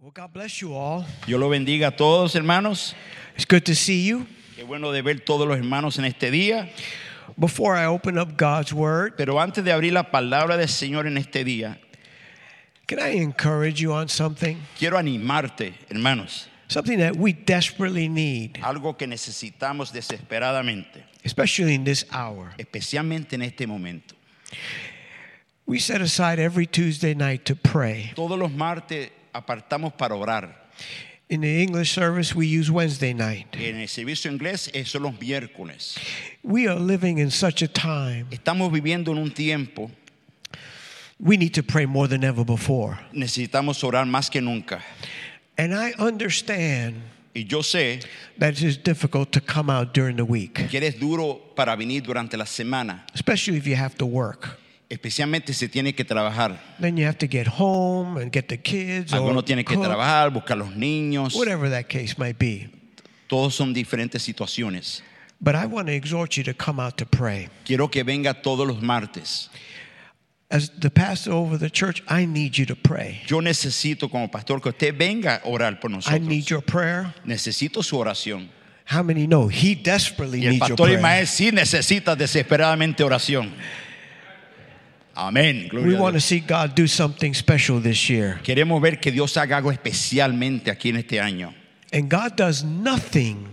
Well, God bless you all. Dios lo bendiga a todos, hermanos. It's good to see you. Qué bueno de ver todos los hermanos en este día. Before I open up God's Word, Pero antes de abrir la palabra del Señor en este día, can I encourage you on something? quiero animarte, hermanos, Something that we desperately need, algo que necesitamos desesperadamente, especially in this hour. especialmente en este momento. We set aside every Tuesday night to pray. Todos los martes apartamos para orar. In the English service, we use Wednesday night. En el servicio inglés eso los miércoles. We are living in such a time. Estamos viviendo en un tiempo, We need to pray more than ever before. necesitamos orar más que nunca. And I understand Y yo sé that it is difficult to come out during the week, que eres duro para venir durante la semana, especially if you have to work. especialmente si tienes que trabajar. Then you have to get home and get the kids or Algunos tienen que cook, trabajar, buscar los niños. whatever that case might be. Todos son diferentes situaciones. But I want to exhort you to come out to pray. Quiero que venga todos los martes. As the pastor over the church, I need you to pray. Yo necesito como pastor que usted venga a orar por I need nosotros. your prayer. Necesito su oración. How many know he desperately Y el needs your pastor prayer? Ismael sí necesita desesperadamente oración. Amén. Gloria We a want to Dios. see God do something special this year. Queremos ver que Dios haga algo especialmente aquí en este año. And God does nothing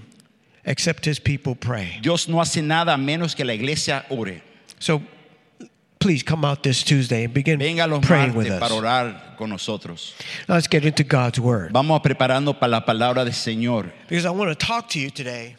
except his people pray. Dios no hace nada menos que la iglesia ore. So please come out this Tuesday and begin Venga los praying with martes para us. orar con nosotros. Now let's get into God's word. Vamos a preparando para la palabra del Señor. Because I want to talk to you today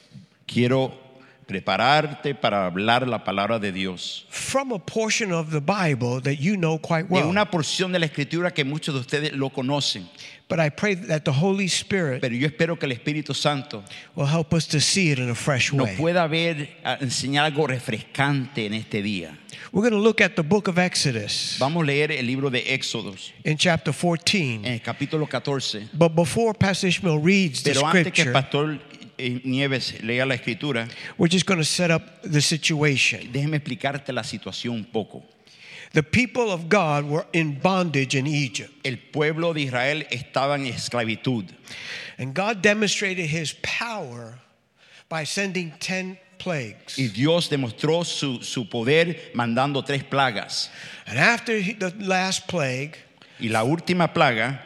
Quiero prepararte para hablar la palabra de Dios. from a portion of the Bible that you know quite De well. una porción de la escritura que muchos de ustedes lo conocen, But I pray that the Holy Spirit pero yo espero que el Espíritu Santo will help us to see it in a fresh nos way. pueda ver, a enseñar algo refrescante en este día. We're going to look at the book of Exodus Vamos a leer el libro de Éxodos, in chapter 14. en el capítulo 14. But before Pastor Ishmael reads the Pero antes que scripture, el pastor eh, Nieves lea la escritura, we're just going to set up the situation. déjeme explicarte la situación un poco. The people of God were in bondage in Egypt, El pueblo de Israel estaba en esclavitud. and God demonstrated his power by sending 10 plagues. Y Dios demostró su, su poder mandando tres plagas. And after he- the last plague, Y la última plaga,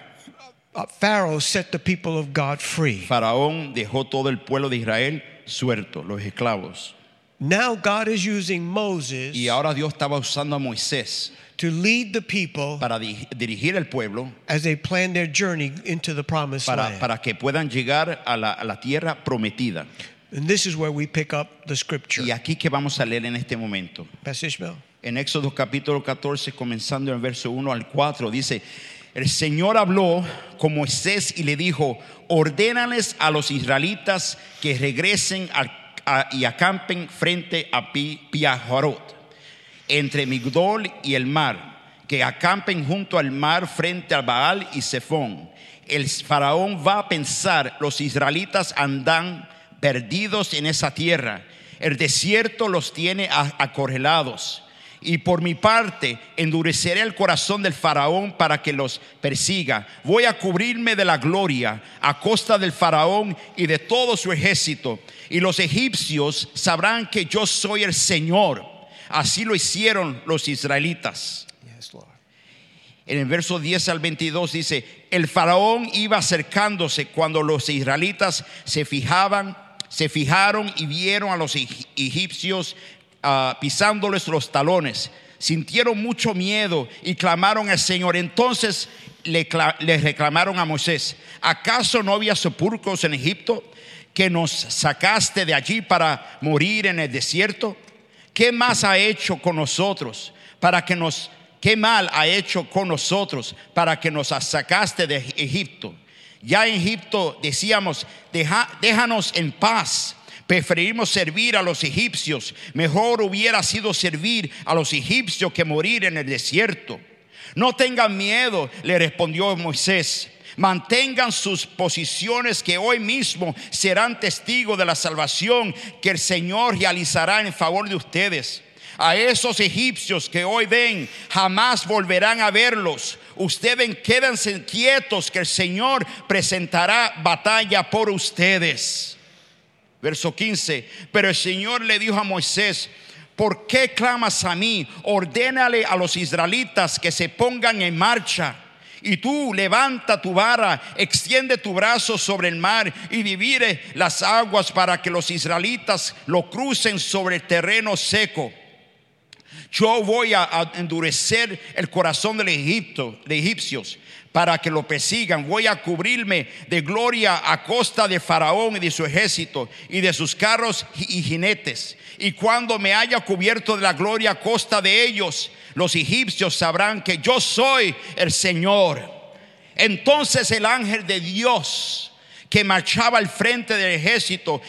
uh, Pharaoh set the people of God free. Faraón dejó todo el pueblo de Israel suelto, los esclavos. Now God is using Moses Y ahora Dios estaba usando a Moisés to lead the people para di- dirigir al pueblo, as they plan their journey into the promised para, land. para que puedan llegar a la, a la tierra prometida. And this is where we pick up the scripture. Y aquí que vamos a leer en este momento. Pastor Ishmael. En Éxodo capítulo 14, comenzando en verso 1 al 4, dice, el Señor habló con Moisés y le dijo, ordénales a los israelitas que regresen al- a- y acampen frente a Pi, Piajarot, entre Migdol y el mar, que acampen junto al mar frente al Baal y Sefón. El faraón va a pensar, los israelitas andan perdidos en esa tierra, el desierto los tiene a- acorralados. Y por mi parte endureceré el corazón del faraón para que los persiga. Voy a cubrirme de la gloria a costa del faraón y de todo su ejército. Y los egipcios sabrán que yo soy el Señor. Así lo hicieron los israelitas. Yes, Lord. En el verso 10 al 22 dice, el faraón iba acercándose cuando los israelitas se fijaban, se fijaron y vieron a los eg- egipcios ah, pisándoles los talones. Sintieron mucho miedo y clamaron al Señor. Entonces le, cla- le reclamaron a Moisés, ¿acaso no había sepulcros en Egipto que nos sacaste de allí para morir en el desierto? ¿Qué más ha hecho con nosotros para que nos qué mal ha hecho con nosotros para que nos sacaste de Egipto? Ya en Egipto decíamos, "Deja- déjanos en paz. Preferimos servir a los egipcios. Mejor hubiera sido servir a los egipcios que morir en el desierto. No tengan miedo, le respondió Moisés. Mantengan sus posiciones que hoy mismo serán testigos de la salvación que el Señor realizará en favor de ustedes. A esos egipcios que hoy ven, jamás volverán a verlos. Ustedes quédense quietos que el Señor presentará batalla por ustedes. Verso 15. Pero el Señor le dijo a Moisés, ¿por qué clamas a mí? Ordénale a los israelitas que se pongan en marcha. Y tú levanta tu vara, extiende tu brazo sobre el mar y divide las aguas para que los israelitas lo crucen sobre el terreno seco. Yo voy a, a endurecer el corazón del Egipto, de egipcios para que lo persigan. Voy a cubrirme de gloria a costa de Faraón y de su ejército y de sus carros y jinetes. Y cuando me haya cubierto de la gloria a costa de ellos, los egipcios sabrán que yo soy el Señor. Entonces el ángel de Dios que marchaba al frente del ejército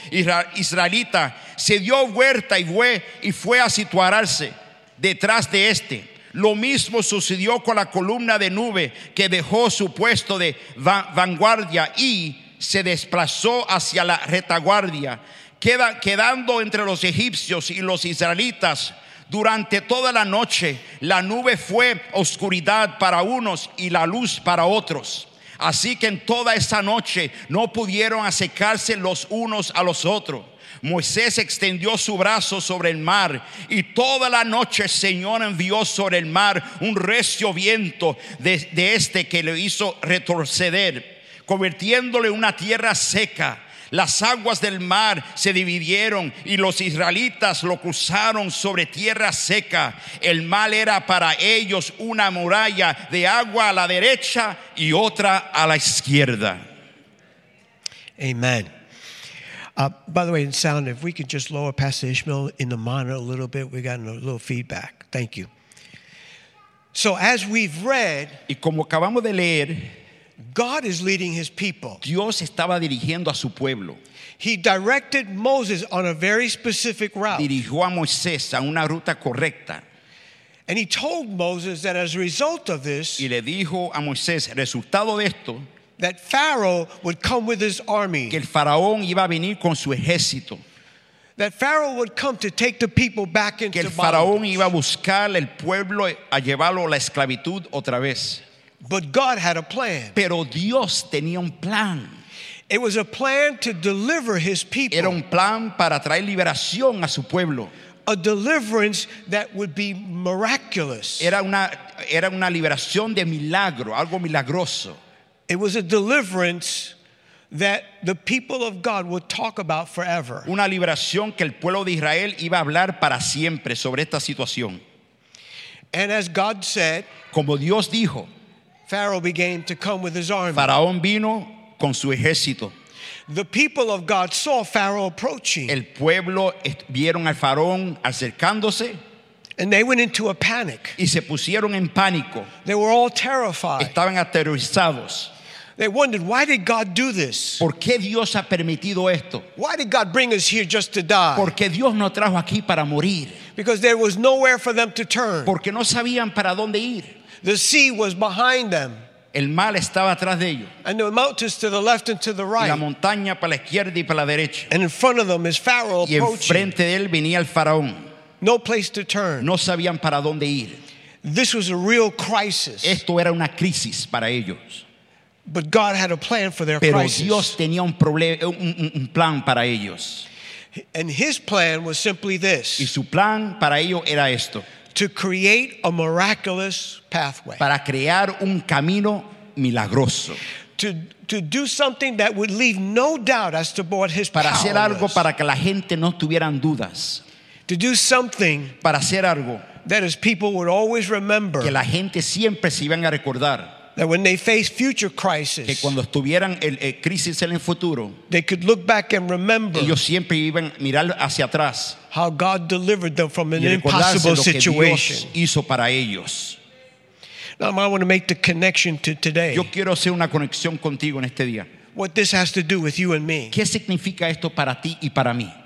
israelita se dio vuelta y fue, y fue a situarse detrás de este. Lo mismo sucedió con la columna de nube que dejó su puesto de vanguardia y se desplazó hacia la retaguardia, Queda, quedando entre los egipcios y los israelitas. Durante toda la noche la nube fue oscuridad para unos y la luz para otros. Así que en toda esa noche no pudieron acercarse los unos a los otros. Moisés extendió su brazo sobre el mar y toda la noche el Señor envió sobre el mar un recio viento de, de este que le hizo retroceder, convirtiéndole en una tierra seca. Las aguas del mar se dividieron y los israelitas lo cruzaron sobre tierra seca. El mar era para ellos una muralla de agua a la derecha y otra a la izquierda. Amen. Uh, by the way, in sound, if we could just lower Pastor Ishmael in the monitor a little bit, we got a little feedback. Thank you. So, as we've read, Y como acabamos de leer, God is leading his people. Dios estaba dirigiendo a su pueblo. He directed Moses on a very specific route. Dirigió a Moisés a una ruta correcta And he told Moses that as a result of this, y le dijo a Moisés, resultado de esto, that Pharaoh would come with his army. que el faraón iba a venir con su ejército, That Pharaoh would come to take the people back que el into faraón bondage. iba a buscar el pueblo a llevarlo a la esclavitud otra vez. But God had a plan. Pero Dios tenía un plan. It was a plan to deliver his Era people, un plan para traer liberación a su pueblo. a deliverance that would be miraculous. Era una, era una liberación de milagro, algo milagroso. It was a deliverance that the people of God would talk about forever. Una liberación que el pueblo de Israel iba a hablar para siempre sobre esta situación. And as God said, Como Dios dijo, Pharaoh began to come with his army. Faraón vino con su ejército. The people of God saw Pharaoh approaching El pueblo est- vieron al faraón acercándose and they went into a panic. y se pusieron en pánico. They were all terrified. Estaban aterrorizados. They wondered, why did God do this? ¿Por qué Dios ha permitido esto? Why did God bring us here just to die? Porque Dios nos trajo aquí para morir. Because there was nowhere for them to turn. Porque no sabían para dónde ir. The sea was behind them, El mal estaba atrás de ellos. and the mountains to the left and to the Y la right. montaña para la izquierda y para la derecha. And in front of them is Pharaoh Y approaching. enfrente de él venía el faraón. No place to turn. No sabían para dónde ir. This was a real crisis. Esto era una crisis para ellos. But God had a plan for their Pero crisis. Dios tenía un, proble- un- un- un plan para ellos. And his plan was simply Y this su plan para ellos era esto. to create a miraculous pathway, Para crear un camino milagroso. to, to do something that would leave no doubt as to what his Para hacer power algo was. para que la gente no tuvieran dudas. to do something Para hacer algo that his people would always remember que la gente siempre se iban a recordar. that when they face future Que crisis, cuando estuvieran el, el crisis en el futuro, they could look back and remember ellos siempre iban a mirar hacia atrás how God delivered them from an y recordarse impossible lo que Dios situation. hizo para ellos. Now, I want to make the connection to today. Yo quiero hacer una conexión contigo en este día. What this has to do with you and me. ¿Qué significa esto para ti y para mí? Este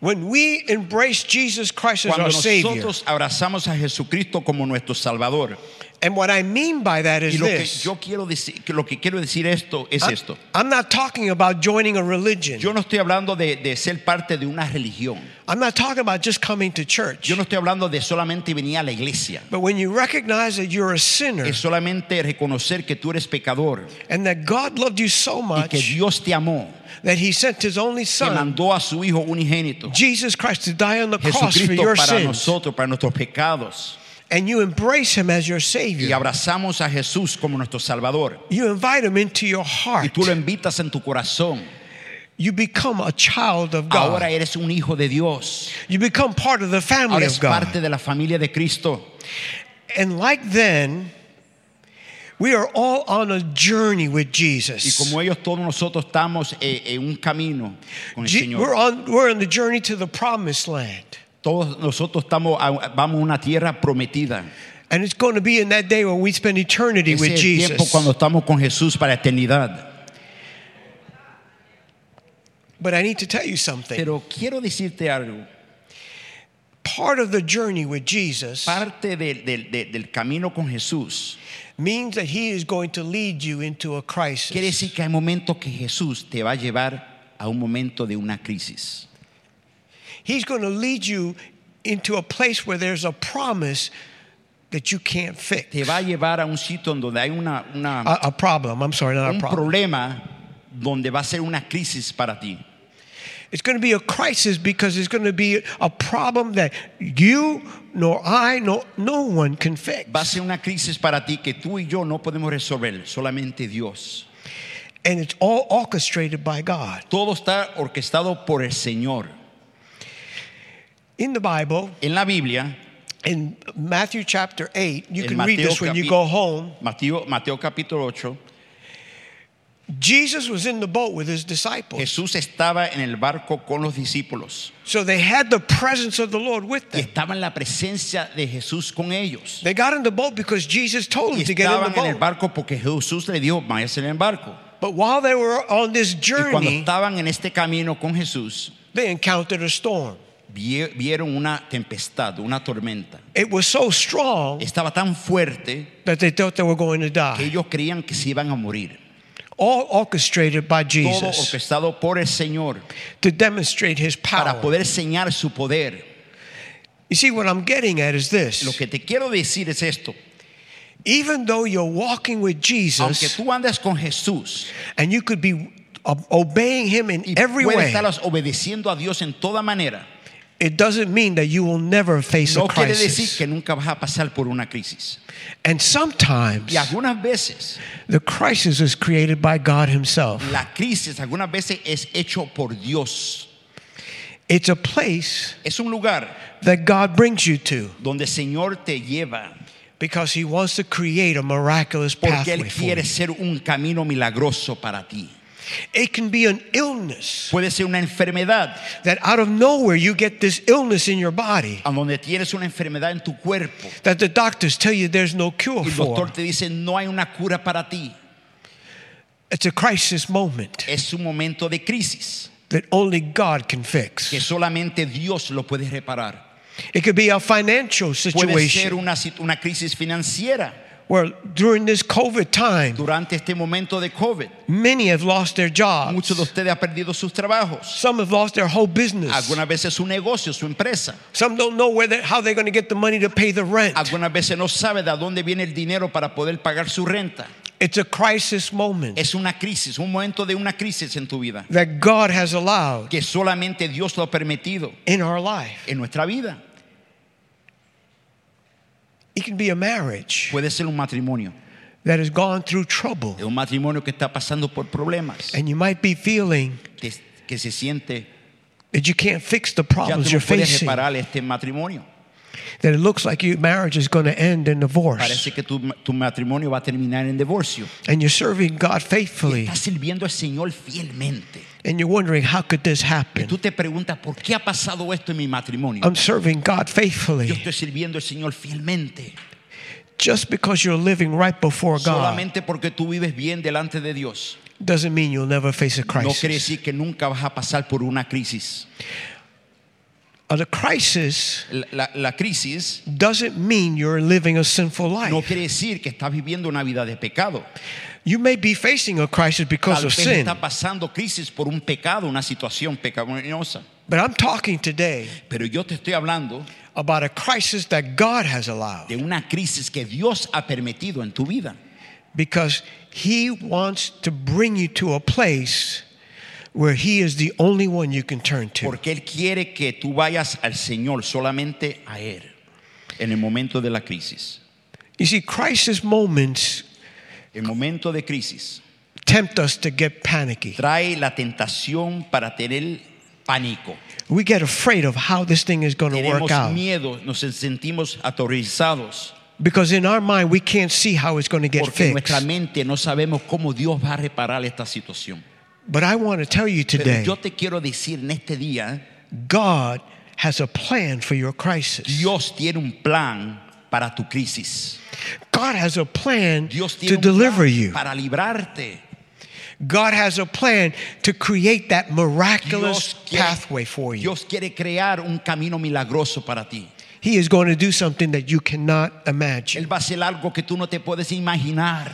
When we embrace Jesus Christ as Cuando our Savior nosotros abrazamos a Jesucristo como nuestro Salvador And what I mean by that Y is lo que this. Ah. yo quiero decir, que lo que quiero decir esto es I- esto. I'm not talking about joining a religion. Yo no estoy hablando de, de ser parte de una religión. I'm not talking about just coming to church. Yo no estoy hablando de solamente venir a la iglesia. But when you recognize that you're a sinner Es solamente reconocer que tú eres pecador and that God loved you so y que much Dios te amó, that he sent his only que son, mandó a su Hijo unigénito, Jesus Christ, to die on the cross for Jesucristo, your para sins, nosotros, para nuestros pecados. and you embrace him as your Y Savior, abrazamos a Jesús como nuestro Salvador. you invite him into your Y heart, tú lo invitas en tu corazón. you become a child of Ahora God, eres un hijo de Dios. you become part of the family Ahora of es God. parte de la familia de Cristo. And like then, we are all on a journey with Y Jesus. como ellos, todos nosotros estamos eh, en un camino con el Je- Señor. We're on, we're on the journey to the promised land. Todos nosotros estamos a- vamos a una tierra prometida. And it's going to be in that day when we spend eternity Ese with es el tiempo cuando Jesus. estamos con Jesús para eternidad. But I need to tell you something. Pero quiero decirte algo. Part of the journey with Jesus Parte de- de- de- del camino con Jesús means that he is going to lead you into a quiere crisis. decir que hay momentos que Jesús te va a llevar a un momento de una crisis. He's going to lead you into a place where there's a promise that you can't fix. Te va a llevar a un sitio en donde hay una, una- A, a problem. I'm sorry, not Ah, a un problem. problema donde va a ser una crisis para ti. It's going to be a crisis because it's going to be a problem that you nor I nor no one can fix. Va a ser una crisis para ti que tú y yo no podemos resolver, solamente Dios. And it's all orchestrated by God. Todo está orquestado por el Señor. In the Bible, En la Biblia, in Matthew chapter 8, you en can Mateo, read this when you capi- go home. Mateo, Mateo capítulo 8, Jesus was in the boat with his disciples. Jesús estaba en el barco con los discípulos So they had the presence of the Lord with y them. estaba en la presencia de Jesús con ellos. They got in the boat because Jesus told Y them to get in estaban en the el boat. barco porque Jesús le dijo, váyanse en el barco. But while they were on this Y cuando journey, estaban en este camino con Jesús, they encountered a storm. vie- vieron una tempestad, una tormenta. It was so strong Estaba tan fuerte that they thought they were going to que die. ellos creían que se iban a morir. All orchestrated by Todo Jesus orquestado por el Señor to demonstrate his para power. poder enseñar su poder. You see, what I'm getting at is Lo this que te quiero decir es esto. even though you're walking with Aunque Jesus tú andas con Jesús and you could be uh, obeying him y in every puedes way, estar obedeciendo a Dios en toda manera, it doesn't mean that you will never face no a quiere decir crisis. que nunca vas a pasar por una crisis. And sometimes Y algunas veces, the crisis is created by God Himself. la crisis algunas veces es hecho por Dios. It's a place Es un lugar that God brings you to donde el Señor te lleva because He wants to create a miraculous porque pathway Él for you. quiere ser un camino milagroso para ti. It can be an illness Puede ser una enfermedad, that out of nowhere you get this illness in your body a donde tienes una enfermedad en tu cuerpo that the doctors tell you there's no cure y el doctor for. te dice no hay una cura para ti. It's a crisis moment Es un momento de crisis that only God can que fix. solamente Dios lo puede reparar. It could be a financial Puede ser situation una, sit- una crisis financiera where during this COVID time, durante este momento de COVID. many have lost their jobs. Muchos de ustedes han perdido sus trabajos. Some have lost their whole business. Algunas veces su negocio, su empresa. Some don't know where they how they're going to get the money to pay the rent. Algunas veces no sabe de dónde viene el dinero para poder pagar su renta. It's a crisis moment Es una crisis, un momento de una crisis en tu vida that God has allowed que solamente Dios lo ha permitido in our life. en nuestra vida. It can be a marriage Puede ser un matrimonio, that has gone through trouble, es un matrimonio que está pasando por problemas, and you might be feeling que, que se siente that you can't fix the ya tú problems no you're puedes facing. reparar este matrimonio. That it looks like your marriage is going to end in divorce, Parece que tu, tu matrimonio va a terminar en divorcio. and you're serving God faithfully, Estás sirviendo al Señor fielmente. and you're wondering how could this Y tú happen? te preguntas, ¿por qué ha pasado esto en mi matrimonio? I'm serving God Yo faithfully estoy sirviendo al Señor fielmente. just because you're living right before God Solamente porque tú vives bien delante de Dios. doesn't mean you'll never face a No quiere crisis. decir que nunca vas a pasar por una crisis. of the crisis La- la- la crisis doesn't mean you're living a sinful no life. quiere decir que estás viviendo una vida de pecado. You may be facing a crisis because Tal of vez sin, está pasando crisis por un pecado, una situación pecaminosa. but I'm talking today Pero yo te estoy hablando about a crisis that God has allowed de una crisis que Dios ha permitido en tu vida. because He wants to bring you to a place where He is the only one you can turn to. Porque Él quiere que tú vayas al Señor, solamente a Él, en el momento de la crisis. You see, crisis moments El momento de crisis tempt us to get panicky. trae la tentación para tener pánico. We get afraid of how this thing is going to work Tenemos out miedo, nos sentimos aterrorizados. because in our mind we can't see how it's going to get Porque en nuestra fixed. mente no sabemos cómo Dios va a reparar esta situación. But I want to tell you Pero today yo te quiero decir en este día, God has a plan for your crisis. Dios tiene un plan para tu crisis. God has a plan Dios to tiene un deliver plan you. para librarte. God has a plan to create that miraculous Dios quiere, pathway for you. Dios quiere crear un camino milagroso para ti. He is going to do something that you cannot imagine. Él va a hacer algo que tú no te puedes imaginar.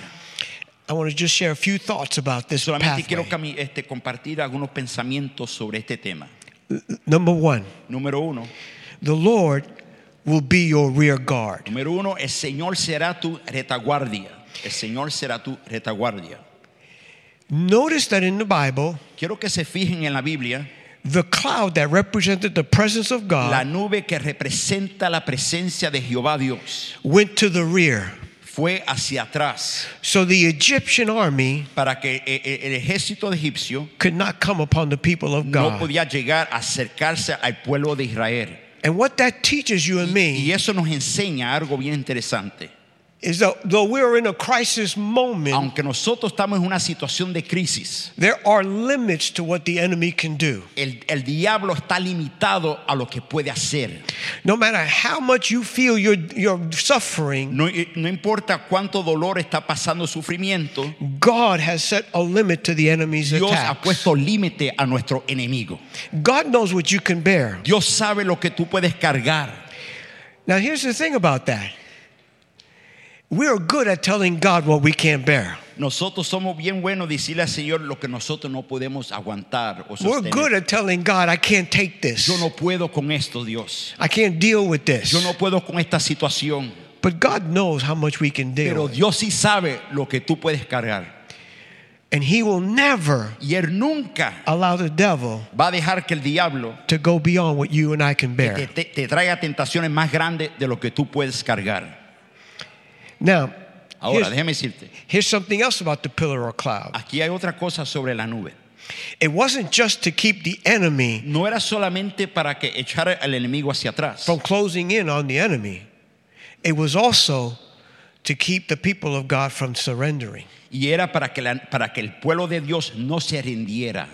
I want to just share a few thoughts about this Solamente quiero pathway. cami- este, compartir algunos pensamientos sobre este tema. Number one, Número uno. the Lord will be your rear guard. Número uno, el Señor será tu retaguardia. El Señor será tu retaguardia. Notice that in the Bible, Quiero que se fijen en la Biblia the cloud that represented the presence of la God nube que representa la presencia de Jehová Dios. went to the rear. Fue hacia atrás So the Egyptian army para que eh, eh, el ejército egipcio could not come upon the people of no God. podía llegar a acercarse al pueblo de Israel. And what that teaches you and Y me eso nos enseña algo bien interesante. is that though we are in a crisis moment, Aunque nosotros estamos en una situación de crisis, there are limits to what the enemy can do. el, el diablo está limitado a lo que puede hacer. No matter how much you feel you're, you're suffering, No, eh, no importa cuánto dolor está pasando, sufrimiento, God has set a limit to the enemy's Dios ha attacks. puesto límite a nuestro enemigo. God knows what you can bear. Dios sabe lo que tú puedes cargar. Now, here's the thing about that we are good at telling God what we can't bear. Nosotros somos bien buenos decirle al Señor lo que nosotros no podemos aguantar o We're good sostener. at telling God, I can't take this. Yo no puedo con esto, Dios. I can't deal with this. Yo no puedo con esta situación. But God knows how much we can deal Pero with. Dios sí sabe lo que tú puedes cargar. And He will never Y Él nunca allow the devil va a dejar que el diablo to go beyond what you and I can te, bear. te- te traiga tentaciones más grandes de lo que tú puedes cargar. Now, Ahora, here's, déjeme decirte, here's something else about the pillar or cloud. aquí hay otra cosa sobre la nube. It wasn't just to keep the enemy No era solamente para que echara al enemigo hacia atrás, from closing in on the enemy, it was also to keep the people of God from surrendering. y era para que, la- para que el pueblo de Dios no se rindiera.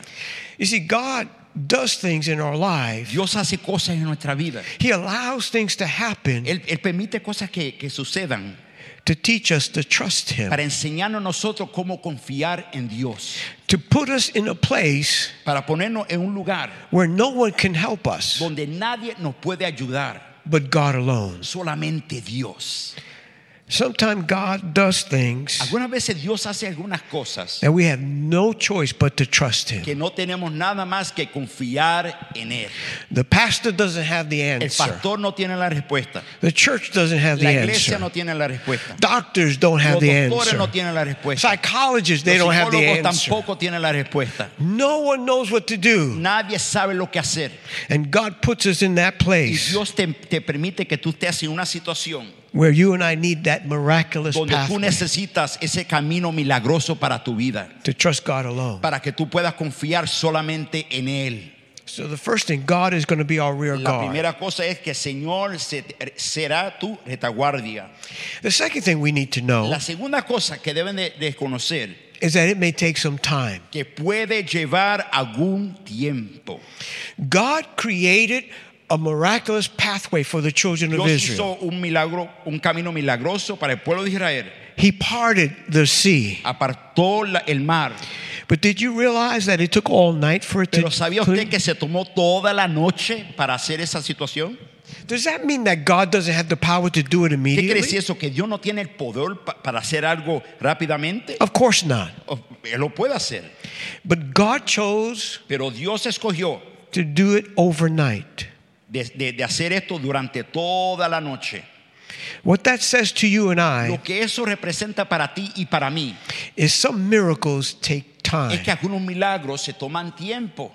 You see, God does things in our life, Dios hace cosas en nuestra vida. He allows things to happen Él, Él permite cosas que, que sucedan to teach us to trust Him. para enseñarnos nosotros cómo confiar en Dios, to put us in a place para ponernos en un lugar where no one can help us donde nadie nos puede ayudar, but God alone. solamente Dios. Sometimes God does things Algunas veces Dios hace algunas cosas that we have no choice but to trust que Him. no tenemos nada más que confiar en Él. The pastor doesn't have the El answer, pastor no tiene la respuesta. the church doesn't have the La iglesia answer, no tiene la respuesta. doctors don't have Los the doctores no answer, tienen la respuesta. psychologists, they Los don't have the psicólogos answer. tampoco tienen la respuesta. No one knows what to do. Nadie sabe lo que hacer. And God puts us in that Y place Dios te, te permite que tú estés en una situación where you and I need that miraculous donde tú pathway necesitas ese camino milagroso para tu vida, to trust God alone. para que tú puedas confiar solamente en Él. So the first thing, God is going to be our rear La guard. primera cosa es que el Señor se- será tu retaguardia. The second thing we need to know La segunda cosa que deben de, de conocer, is that it may take some time. que puede llevar algún tiempo. God created a miraculous pathway for the children of Dios Israel. hizo un milagro, un camino milagroso para el pueblo de Israel. He parted the sea, Apartó la- el mar, But did you realize that it took all night for it Pero to ¿sabía clear? usted que se tomó toda la noche para hacer esa situación? Does that mean that God doesn't have the power to do it ¿Qué quiere immediately? decir eso? ¿Que Dios no tiene el poder pa- para hacer algo rápidamente? Of course not. O- Él lo puede hacer. But God chose Pero Dios escogió to do it overnight. de, de- de hacer esto durante toda la noche. What that says to you and Lo I que eso representa para ti y para mí is some miracles take es time. que algunos milagros se toman tiempo.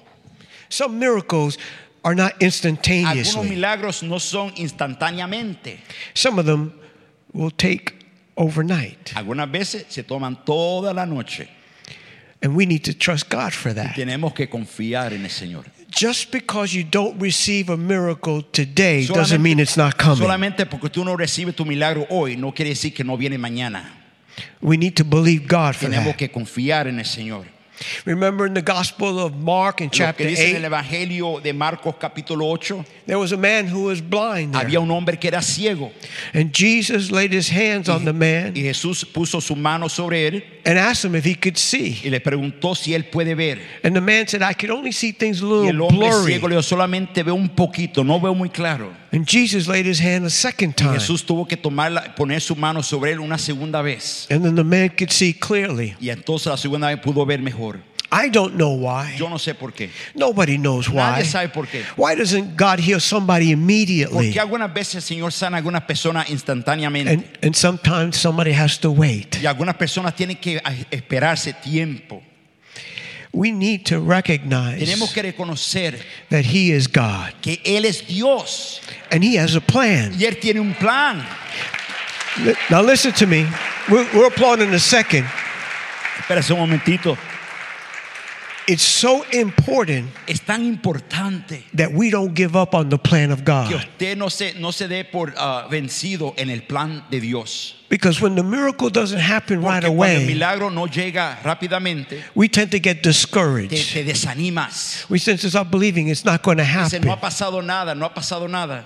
Some miracles are not Algunos instantaneously. milagros no son instantáneamente. Some of them will take overnight. Algunas veces se toman toda la noche. And we need to trust God for that. Tenemos que confiar en el Señor. Just because you don't receive a miracle today doesn't mean it's not coming. solamente porque tú no recibes tu milagro hoy, no quiere decir que no viene mañana. We need to believe God for Tenemos that. que confiar en el Señor. Remember in the Gospel of Mark in Lo chapter que dice en el 8, Evangelio de Marcos capítulo 8, there was a man who was blind. there. había un hombre que era ciego And Jesus laid his hands on the y man Jesús puso su mano sobre él and asked him if he could see. y le preguntó si él puede ver. And the man said, I could only see things a Y el little hombre blurry. ciego le dijo, solamente veo un poquito, no veo muy claro. And Jesus laid his hand a second time. Jesús tuvo que tomar la- poner su mano sobre él una segunda vez. And then the man could see clearly. Y entonces la segunda vez pudo ver mejor. I don't know why. Yo no sé por qué. Nobody knows why. Nadie sabe por qué. Why doesn't God heal somebody immediately? Porque algunas veces el Señor sana a algunas personas instantáneamente. And, and sometimes somebody has to wait. y algunas personas tienen que a- esperarse tiempo. We need to Tenemos recognize que reconocer that He is God que Él es Dios and He has a plan. y Él tiene un plan. Li- Now, listen to me. We'll, we'll applaud in a second. Espérese un momentito. It's so important Es tan importante that we don't give up on the plan of que God. usted no se, no se dé por ah, vencido en el plan de Dios. Because when the miracle doesn't happen Porque right cuando el away, milagro no llega rápidamente, we tend to get te, discouraged. te desanimas. We tend to stop believing it's not going to Dice, no happen. ha pasado nada, no ha pasado nada.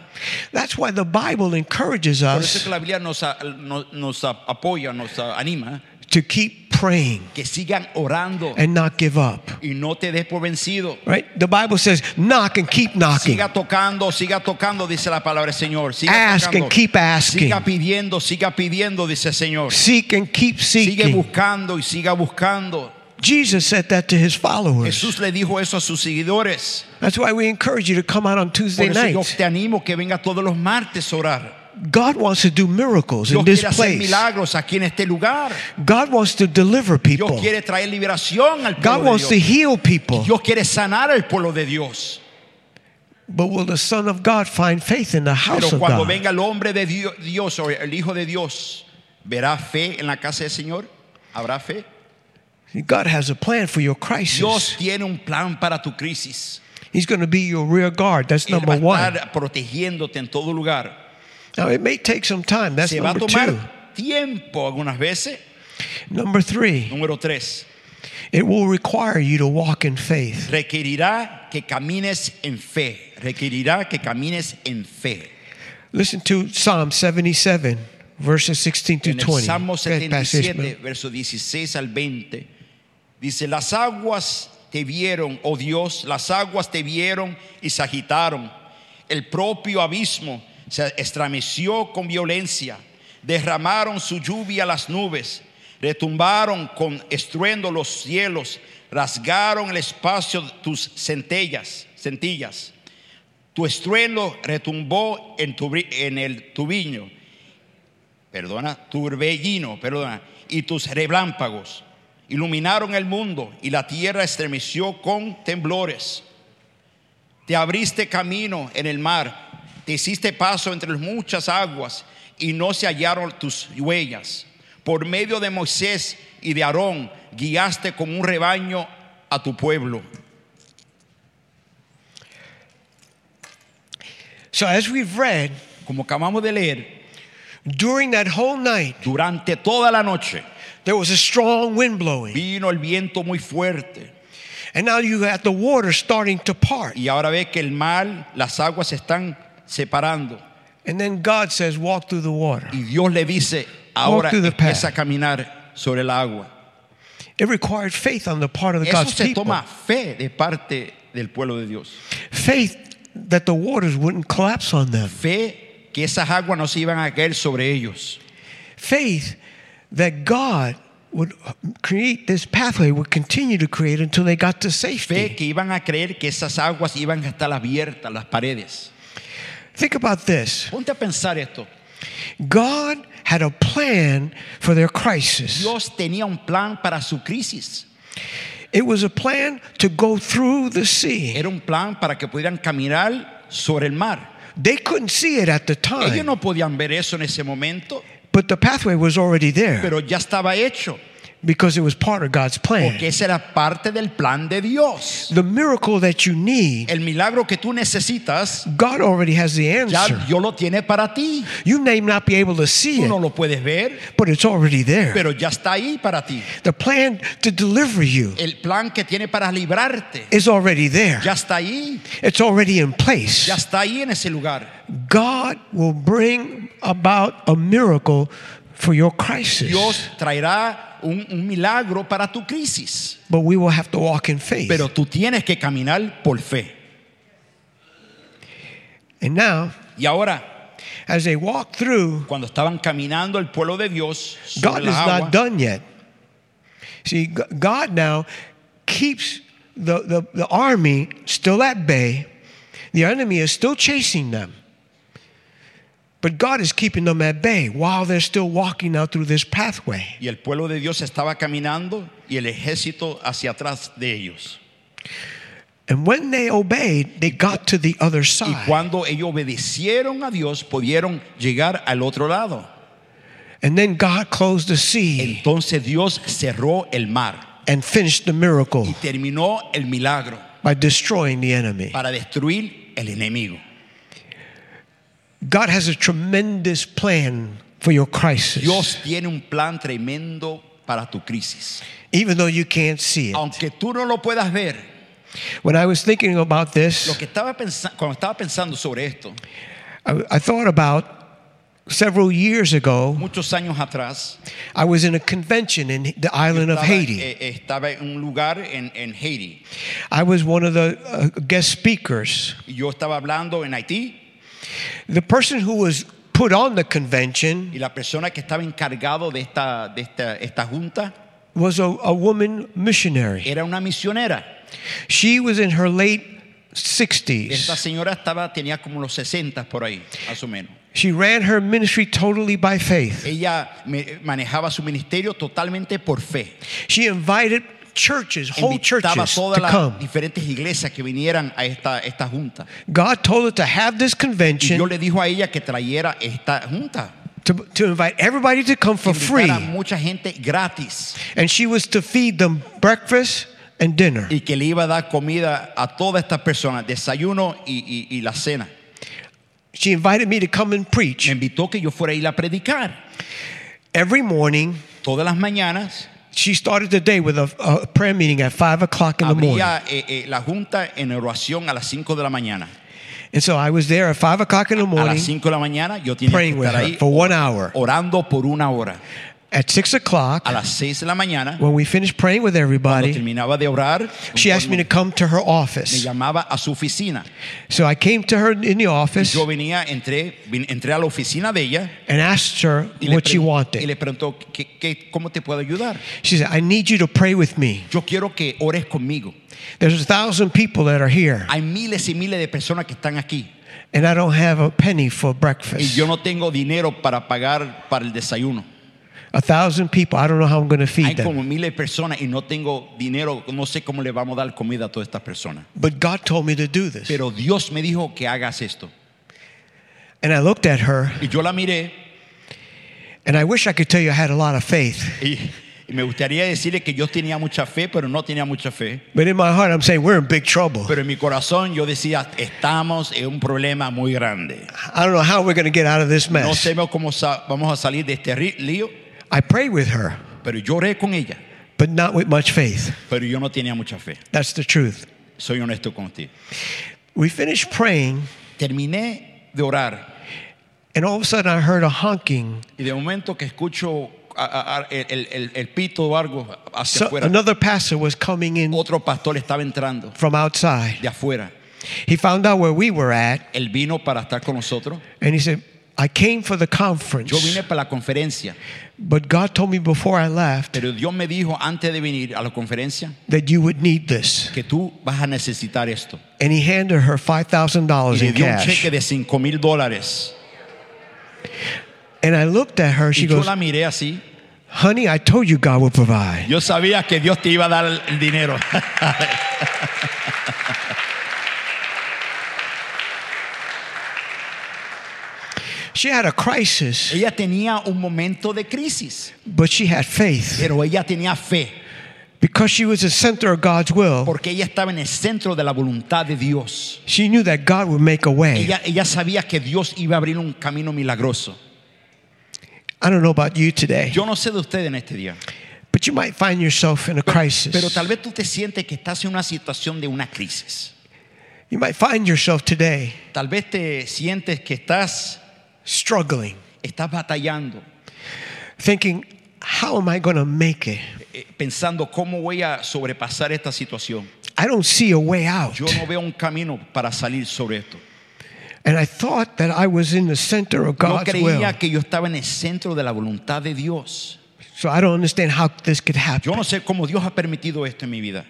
That's why the Bible encourages Por eso es us que la Biblia nos, a- nos, nos a- apoya, nos a- anima, to keep praying que sigan orando and not give up. y no te des por vencido. Right? The Bible says, knock and keep knocking. Siga tocando, siga tocando, dice la palabra del Señor. Siga Ask tocando. and keep asking. Siga pidiendo, siga pidiendo, dice el Señor. Seek and keep Sigue seeking. buscando y siga buscando. Jesus said that to his followers. Jesús le dijo eso a sus seguidores. That's why we encourage you to come out on Por Tuesday eso yo nights. te animo que venga todos los martes a orar. God wants to do miracles Dios in this quiere hacer place. milagros aquí en este lugar. God wants to deliver Dios people. quiere traer liberación al God pueblo de wants to Dios. heal people. Dios quiere sanar al pueblo de Dios. But will the Son of God find faith in the house Pero of cuando God? venga el hombre de Dio- Dios o el Hijo de Dios, ¿verá fe en la casa del Señor? ¿Habrá fe? God has a plan for your Dios crisis. tiene un plan para tu crisis. He's going to be your rear guard. That's Él va number a one. estar protegiéndote en todo lugar. Now, it may take some time. That's Se va a number two. tomar tiempo algunas veces. Number three, Número tres, it will require you to walk in faith. requerirá que camines en fe. Requerirá que camines en fe. Listen to Psalm 77, verses 16 to En el 20. Salmo Go ahead, Pastor 77, Ishmael. versos 16 al 20, dice, las aguas te vieron, oh Dios, las aguas te vieron y se agitaron. El propio abismo se estremeció con violencia, derramaron su lluvia las nubes, retumbaron con estruendo los cielos, rasgaron el espacio tus centellas, centillas. Tu estruendo retumbó en, tu, bri- en el tubiño perdona, turbellino, perdona, y tus relámpagos iluminaron el mundo y la tierra estremeció con temblores. Te abriste camino en el mar, te hiciste paso entre las muchas aguas y no se hallaron tus huellas. Por medio de Moisés y de Aarón guiaste como un rebaño a tu pueblo. So, as we've read, Como acabamos de leer, during that whole night, durante toda la noche there was a strong wind blowing. vino el viento muy fuerte. And now you got the water starting to part. Y ahora ve que el mar, las aguas se están separando. And then God says, walk through the water. Y Dios le dice, ahora through the empieza path. a caminar sobre el agua. It required faith on the part of Eso God's se people. toma fe de parte del pueblo de Dios. Faith that the waters wouldn't collapse on them. Fe que esas aguas no se iban a caer sobre ellos. Faith that God would create this pathway, would continue to create until they got to Fe safety. que iban a creer que esas aguas iban a estar abiertas, las paredes. Think about this Ponte a pensar esto. God had a plan for their crisis, Dios tenía un plan para su crisis. it was a plan to go through the sea. Era un plan para que pudieran caminar sobre el mar. They couldn't see it at the Ellos time, no podían ver eso en ese momento, but the pathway was already there pero ya estaba hecho, because it was part of God's plan. porque esa era parte del plan de Dios. The miracle that you need, El milagro que tú necesitas, God already has the ya answer. Dios lo tiene para ti. You may not be able to see Tú no it, lo puedes ver, but it's already there. pero ya está ahí para ti. The plan to deliver you El plan que tiene para librarte, is already there. ya está ahí, It's already in place. ya está ahí en ese lugar. God will bring about a miracle for your crisis. Dios traerá un, un milagro para tu crisis, But we will have to walk in faith. pero tú tienes que caminar por fe. And now, Y ahora, as they walk through, cuando estaban caminando el pueblo de Dios God sobre is not las aguas, done yet. See, G- God now keeps the, the, the army still at bay. The enemy is still chasing them. But God is keeping them at bay while they're still walking out through this pathway. y el pueblo de Dios estaba caminando y el ejército hacia atrás de ellos. And when they obeyed, they got to the other Y side. cuando ellos obedecieron a Dios, pudieron llegar al otro lado. And then God closed the sea Entonces Dios cerró el mar and finished the miracle y terminó el milagro by destroying the enemy. para destruir el enemigo. God has a tremendous plan for your crisis, Dios tiene un plan tremendo para tu crisis. even though you can't see it. Aunque tú no lo puedas ver, When I was thinking about lo this, que estaba pensando, cuando estaba pensando sobre esto, I, I thought about several years ago, muchos años atrás, I was in a convention in the island of estaba, Haiti. eh, estaba en un lugar en, en Haití. I was one of the uh, guest speakers. Y Yo estaba hablando en Haití The person who was put on the convention y la persona que estaba encargado de esta, de esta, esta junta was a, a woman missionary. era una misionera. She was in her late Esta 60s. señora estaba, tenía como los 60 por ahí, más o menos. She ran her ministry totally by eh, faith. Ella me- manejaba su ministerio totalmente por fe. She invited churches, whole Invitaba a churches, todas to las come. diferentes iglesias que vinieran a esta, esta junta. God told her to have this Y yo convention le dijo a ella que trayera esta junta. to, to invite everybody to come for free, Invitar a mucha gente gratis and she was to feed them breakfast and dinner. y que le iba a dar comida a todas estas personas, desayuno y, y- y la cena. She invited me to come and Me preach invitó que yo fuera a ir a predicar. every morning. Todas las mañanas She started the day with a, a prayer meeting at five o'clock in the morning, abría eh, eh, la junta en oración a las 5 de la mañana. and so I was there at five o'clock in the A las morning 5 de la mañana yo tenía que praying with estar her ahí for one hour. orando por una hora. At six o'clock, A las 6 de la mañana, when we finished praying with cuando everybody, terminaba de orar, she asked me to me come to her office. llamaba a su oficina. So I came to her in the Y office yo venía, entré, vin- entré a la oficina de ella and asked her y le, what she pregun- y le wanted. preguntó, "¿Qué- qué- ¿cómo te puedo ayudar? She said, I need you to pray with me. Yo quiero que ores conmigo. There's a thousand people that are here, Hay miles y miles de personas que están aquí and I don't have a penny for y breakfast. yo no tengo dinero para pagar para el desayuno. A thousand people, I don't know how I'm going to feed Hay them. como miles de personas y no tengo dinero, no sé cómo le vamos a dar comida a todas estas personas. But God told me to do this. Pero Dios me dijo que hagas esto. And I looked at her, Y yo la miré and I wish I could tell you I had a lot of faith. y, y me gustaría decirle que yo tenía mucha fe, pero no tenía mucha fe. But in my heart, I'm saying, we're in big trouble. Pero en mi corazón yo decía, estamos en un problema muy grande. I don't know how we're going to get out of this No mess. sé cómo sa- vamos a salir de este ri- lío, I prayed with her, pero yo oré con ella. but not with much faith. Pero yo no tenía mucha fe. That's the truth. Soy honesto contigo. We finished praying, Terminé de orar and all of a sudden, I heard a honking y de momento que escucho a- a- el, el- el pito o algo hacia So- afuera. another pastor was coming in Otro pastor estaba entrando from outside. de afuera. He found out where we were at Él vino para estar con nosotros. and he said, I came for the Yo conference, vine para la conferencia, but God told me before I left pero Dios me dijo antes de venir a la conferencia that you would need this. que tú vas a necesitar esto. And he handed her Y $5,000 le in dio un cheque cash. de 5 mil dólares. And I looked at her. She Y yo goes, la miré así. Honey, I told you God would provide. Yo sabía que Dios te iba a dar el dinero. She had a crisis, ella tenía un momento de crisis, but she had faith pero ella tenía fe, because she was the center of God's will. porque ella estaba en el centro de la voluntad de Dios. She knew that God would make a way. Ella, ella sabía que Dios iba a abrir un camino milagroso. I don't know about you today, Yo no sé de usted en este día, but you might find yourself in a pero crisis. tal vez tú te sientes que estás en una situación de una crisis. You might find yourself today Tal vez te sientes que estás, struggling, estás batallando, eh, thinking, how am I going to make it? eh, pensando cómo voy a sobrepasar esta situación. I don't see a way out. Yo no veo un camino para salir sobre esto. And I thought that I was in the center of No God's will. creía que yo estaba en el centro de la voluntad de Dios. So I don't understand how this could Yo happen. no sé cómo Dios ha permitido esto en mi vida.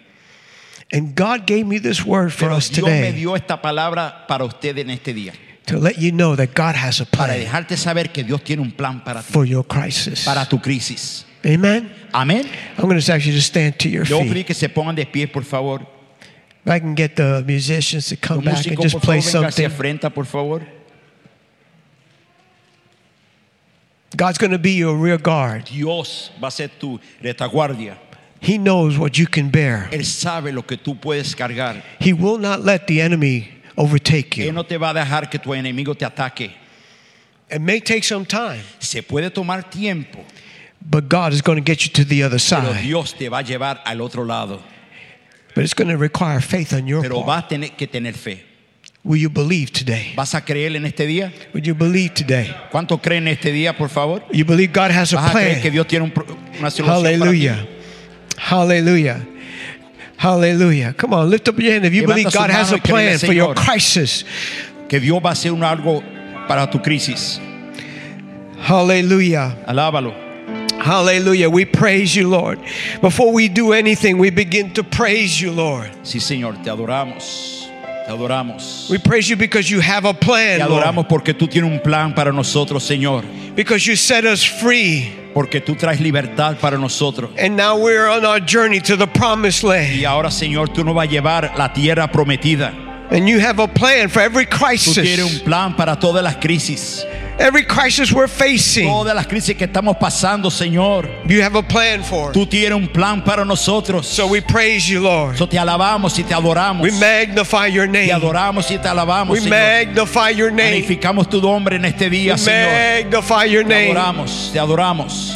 And God gave me this word for Pero us Dios me today dio esta palabra para usted en este día. to let you know that God has a Para plan dejarte saber que Dios tiene un plan para ti, for your crisis. para tu crisis. Amen. Amén. I'm going to just ask you to stand to your Yo voy a pedir feet. que se pongan de pie, por favor. If I can get the musicians to come Los back and músicos, just por play favor, vengan hacia something. frente, por favor. God's going to be your rear guard. Dios va a ser tu retaguardia. He knows what you can bear. Él sabe lo que tú puedes cargar. He will not let the enemy overtake Él you. no te va a dejar que tu enemigo te ataque. It may take some time, Se puede tomar tiempo, but God is going to get you to the other pero side. Dios te va a llevar al otro lado. But it's going to require faith on your Pero vas part. a tener que tener fe. Will you believe today? ¿Vas a creer en este día? Would you believe today? ¿Cuánto creen en este día, por favor? You believe God has a ¿Vas a creer que plan? Dios tiene un pro- una solución para ti? Hallelujah. Hallelujah. Hallelujah. Come on, lift up your hand if you Levanta believe su God has mano a y plan créele, for your Señor. crisis. Que Dios va a hacer un algo para tu crisis. Hallelujah. Alábalo. Hallelujah. We praise you, Lord. Before we do anything, we begin to praise you, Lord. Sí, Señor, te adoramos. Te adoramos. We praise you because you have a Te plan, adoramos Lord. porque tú tienes un plan para nosotros, Señor. Because you set us free. Porque tú traes libertad para nosotros. And now we're on our journey to the promised land. Y ahora, Señor, tú nos vas a llevar la tierra prometida. And you have a plan for every Tú tienes un crisis. plan para todas las crisis. Every crisis we're facing, Todas las crisis que estamos pasando, Señor. you have a plan for. Tú tienes un plan para nosotros. So we praise you, Lord. So te alabamos y te adoramos. We magnify your Te name. adoramos y te alabamos, We Señor. magnify your name. Magnificamos tu nombre en este We día, Señor. magnify your Te name. adoramos, te adoramos.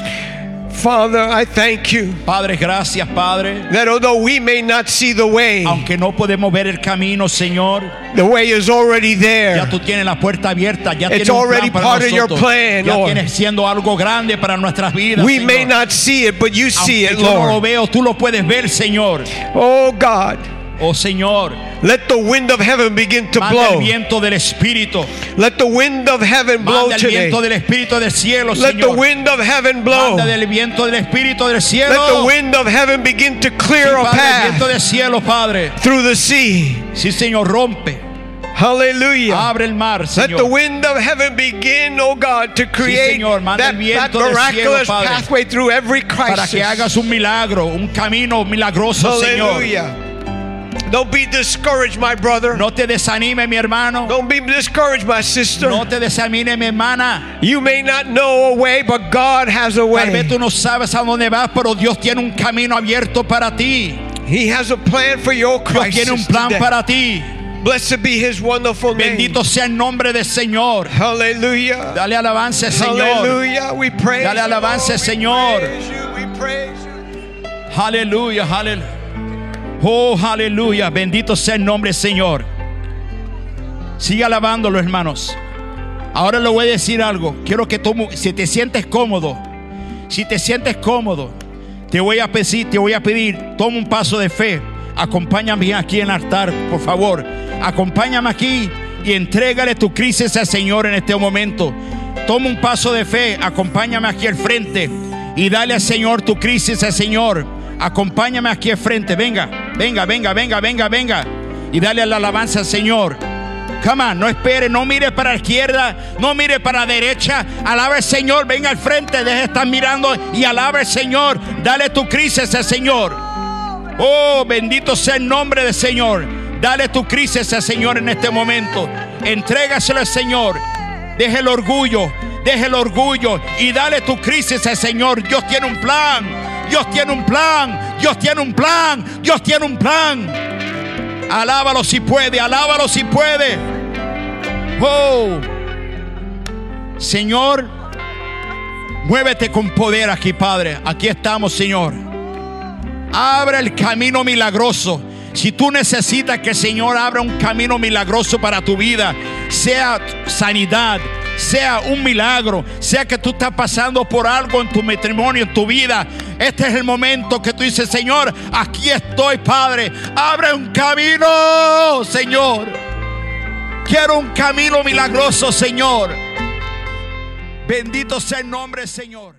Father, I thank you Padre, gracias, Padre. that although we may not see the way, Aunque no podemos ver el camino, Señor, The way is already ya there. tú tienes la puerta abierta. Ya It's tienes un plan already para part of your nosotros. plan, ya Lord. tienes siendo algo grande para nuestras vidas. We Señor. may not see it, but you Aunque see it, yo no lo Lord. veo, tú lo puedes ver, Señor. Oh God, Oh Señor, let the wind of heaven begin to manda el blow. viento del Espíritu, Let the wind of heaven blow manda el today. viento del Espíritu del cielo, Let the Señor. wind of heaven blow. Manda del viento del Espíritu del cielo. Let the wind of heaven begin to clear a Padre, el viento path del cielo, Padre. through the sea. Sí, Señor, rompe. Hallelujah. Abre el mar, Let the Señor. wind of heaven begin, oh God, to create Señor, manda that, el viento that del cielo, miraculous Padre. pathway through every Para que crisis. hagas un milagro, un camino milagroso, Señor. Hallelujah. Don't be discouraged, my brother. No te desanime, mi hermano. Don't be discouraged, my sister. No te desanime, mi hermana. You may not know a way, but God has a Tal vez way. tú no sabes a dónde vas, pero Dios tiene un camino abierto para ti. He has a plan for your Dios tiene un crisis. plan today. para ti. Blessed be His wonderful name. Bendito sea el nombre del Señor. Hallelujah. Dale alabanza, Señor. Hallelujah. We praise Dale you, alabanza, Lord. Señor. We praise you. We praise you. Aleluya, aleluya. Oh, aleluya. Bendito sea el nombre, Señor. Sigue alabándolo, hermanos. Ahora le voy a decir algo. Quiero que tú, mu- si te sientes cómodo, Si te sientes cómodo, te voy a pedir, te voy a pedir, toma un paso de fe. Acompáñame aquí en el altar, por favor. Acompáñame aquí y entrégale tu crisis al Señor en este momento. Toma un paso de fe, acompáñame aquí al frente y dale al Señor tu crisis al Señor. Acompáñame aquí al frente, venga, venga, venga, venga, venga, venga. Y dale la alabanza al Señor. Come on, no espere, no mire para la izquierda, no mire para la derecha. Alaba al Señor, venga al frente, deje de estar mirando y alaba al Señor. Dale tu crisis al Señor. Oh, bendito sea el nombre del Señor. Dale tu crisis al Señor en este momento. Entrégaselo al Señor. Deje el orgullo, deje el orgullo y dale tu crisis al Señor. Dios tiene un plan, Dios tiene un plan, Dios tiene un plan, Dios tiene un plan. Alábalo si puede, alábalo si puede. Oh, Señor, muévete con poder aquí, Padre. Aquí estamos, Señor. Abra el camino milagroso. Si tú necesitas que el Señor abra un camino milagroso para tu vida, sea sanidad, sea un milagro, sea que tú estás pasando por algo en tu matrimonio, en tu vida. Este es el momento que tú dices, Señor, aquí estoy, Padre. Abre un camino, Señor. Quiero un camino milagroso, Señor. Bendito sea el nombre, Señor.